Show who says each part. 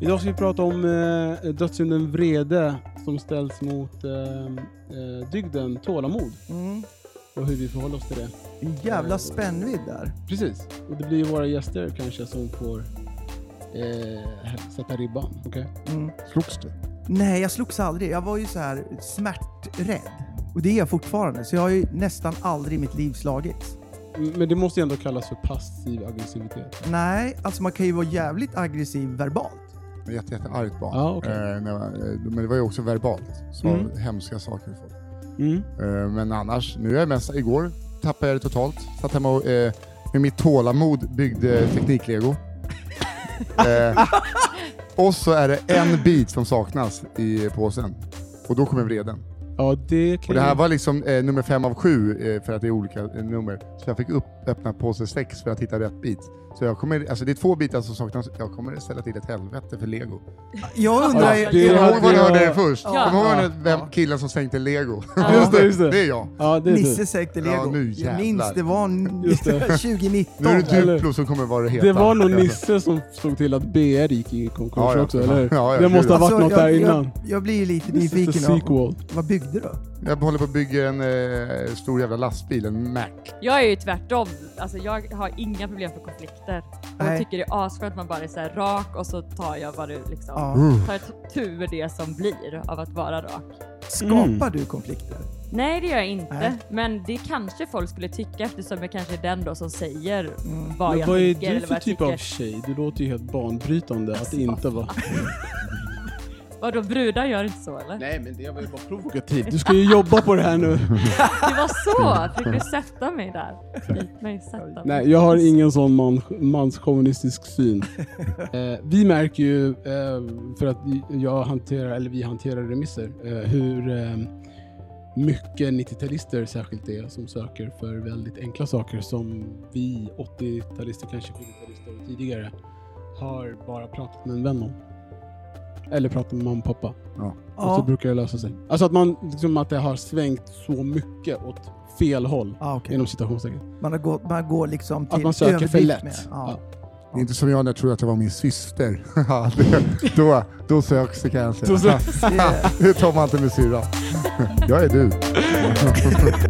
Speaker 1: Idag ska vi prata om eh, dödssynden vrede som ställs mot eh, eh, dygden tålamod
Speaker 2: Mm.
Speaker 1: och hur vi förhåller oss till det.
Speaker 2: En jävla spännvidd där.
Speaker 1: Precis. Och det blir ju våra gäster kanske som får eh, sätta ribban. Okej?
Speaker 2: Mm.
Speaker 3: Slogs du?
Speaker 2: Nej, jag slogs aldrig. Jag var ju så här smärträdd. Och det är jag fortfarande. Så jag har ju nästan aldrig i mitt liv slagits.
Speaker 1: Mm, Men det måste ju ändå kallas för passiv aggressivitet.
Speaker 2: Nej, alltså man kan ju vara jävligt aggressiv verbalt.
Speaker 3: Jag var jätte, jätteargt barn.
Speaker 1: Ja, okej.
Speaker 3: Eh, när jag var- eh, men det var ju också verbalt. Så
Speaker 1: Mm.
Speaker 3: hemska saker. till folk.
Speaker 1: Mm.
Speaker 3: Eh, men annars, nu är jag mest, igår tappade jag det totalt. Satt hemma och eh, med mitt tålamod byggde tekniklego. eh, och så är det en bit som saknas i påsen. Och då kommer vreden.
Speaker 1: Ja, det kan
Speaker 3: Och det här
Speaker 1: ju-
Speaker 3: var liksom eh, nummer fem av sju eh, för att det är olika eh, nummer. Så jag fick upp, öppna påse sex för att hitta rätt bit. Så jag kommer, alltså det är två bitar som saknas. Jag kommer ställa till ett helvete för lego.
Speaker 2: Jag undrar...
Speaker 1: Ja, det-
Speaker 3: Kommer
Speaker 1: ja,
Speaker 3: ihåg vad ni
Speaker 1: det-
Speaker 3: hörde det först?
Speaker 2: Ja.
Speaker 3: Kommer ihåg
Speaker 1: Ja.
Speaker 3: när- vem killen som sänkte lego?
Speaker 1: Ja. Just det, just det.
Speaker 3: Det är jag.
Speaker 1: Ja, det är
Speaker 2: Nisse
Speaker 1: du.
Speaker 2: sänkte lego.
Speaker 3: Ja, nu
Speaker 2: jag minns
Speaker 3: jävlar.
Speaker 2: det var
Speaker 1: Just det.
Speaker 2: 2019.
Speaker 3: Nu typ- är det
Speaker 1: Eller-
Speaker 3: Duplo som kommer vara det heta. Alltså,
Speaker 1: Det var nog
Speaker 3: Jag-
Speaker 1: Nisse som såg till att BR gick i konkurs
Speaker 3: Ja, ja.
Speaker 1: också, eller hur?
Speaker 3: Ja, ja,
Speaker 1: det
Speaker 3: gud.
Speaker 1: måste ha varit
Speaker 2: Alltså,
Speaker 1: något där
Speaker 2: jag,
Speaker 1: innan.
Speaker 2: Jag, jag blir ju lite
Speaker 1: This is the
Speaker 2: nyfiken. av-
Speaker 1: sequel.
Speaker 2: Vad byggde du?
Speaker 3: Jag håller på att bygga en eh, stor jävla lastbil, en Mac.
Speaker 4: Jag är ju tvärtom. Alltså jag har inga problem för konflikter.
Speaker 2: Nej.
Speaker 4: Jag tycker det är asskönt att man bara är så här rak och så tar jag vad du liksom
Speaker 2: Ja.
Speaker 1: Mm. Uh.
Speaker 4: tar tur med det som blir av att vara rak.
Speaker 2: Skapar
Speaker 1: Mm.
Speaker 2: du konflikter?
Speaker 4: Nej, det gör jag inte.
Speaker 2: Nej.
Speaker 4: Men det kanske folk skulle tycka eftersom jag kanske är den då som säger vad
Speaker 1: Mm. Men
Speaker 4: jag
Speaker 1: vad är
Speaker 4: tycker
Speaker 1: du
Speaker 4: eller
Speaker 1: för
Speaker 4: vad jag
Speaker 1: typ
Speaker 4: tycker. Alltså.
Speaker 1: av tjej? Du låter ju helt banbrytande att inte vara...
Speaker 4: Vadå, brudar gör inte så eller?
Speaker 1: Nej, men det var ju bara provokativt. Du ska ju jobba på det här nu.
Speaker 4: Det var så! Fick du sätta mig där? Bit mig, sätta mig.
Speaker 1: Nej, jag har ingen sån man, manskommunistisk syn. Eh, vi märker ju, eh, för att vi- jag hanterar, eller vi hanterar remisser, eh, hur eh, mycket 90-talister särskilt är som söker för väldigt enkla saker som vi 80-talister, kanske 70-talister och tidigare har bara pratat med en vän om. Eller pratat med mamma och pappa. Och så
Speaker 2: Ja.
Speaker 1: brukar det lösa sig. Alltså att man, liksom att det har svängt så mycket åt fel håll.
Speaker 2: Ah, okej.
Speaker 1: Inom citationstecken.
Speaker 2: Man, har gått, man går liksom till
Speaker 1: Att man söker för
Speaker 2: överdrift
Speaker 1: lätt.
Speaker 2: med-
Speaker 1: Ja.
Speaker 2: Ja.
Speaker 3: Det är inte som jag när jag trodde att det var min syster. Det- då, då söks det kan jag säga.
Speaker 1: Då
Speaker 2: Det-
Speaker 3: det tar man inte med syrran. Jag är du.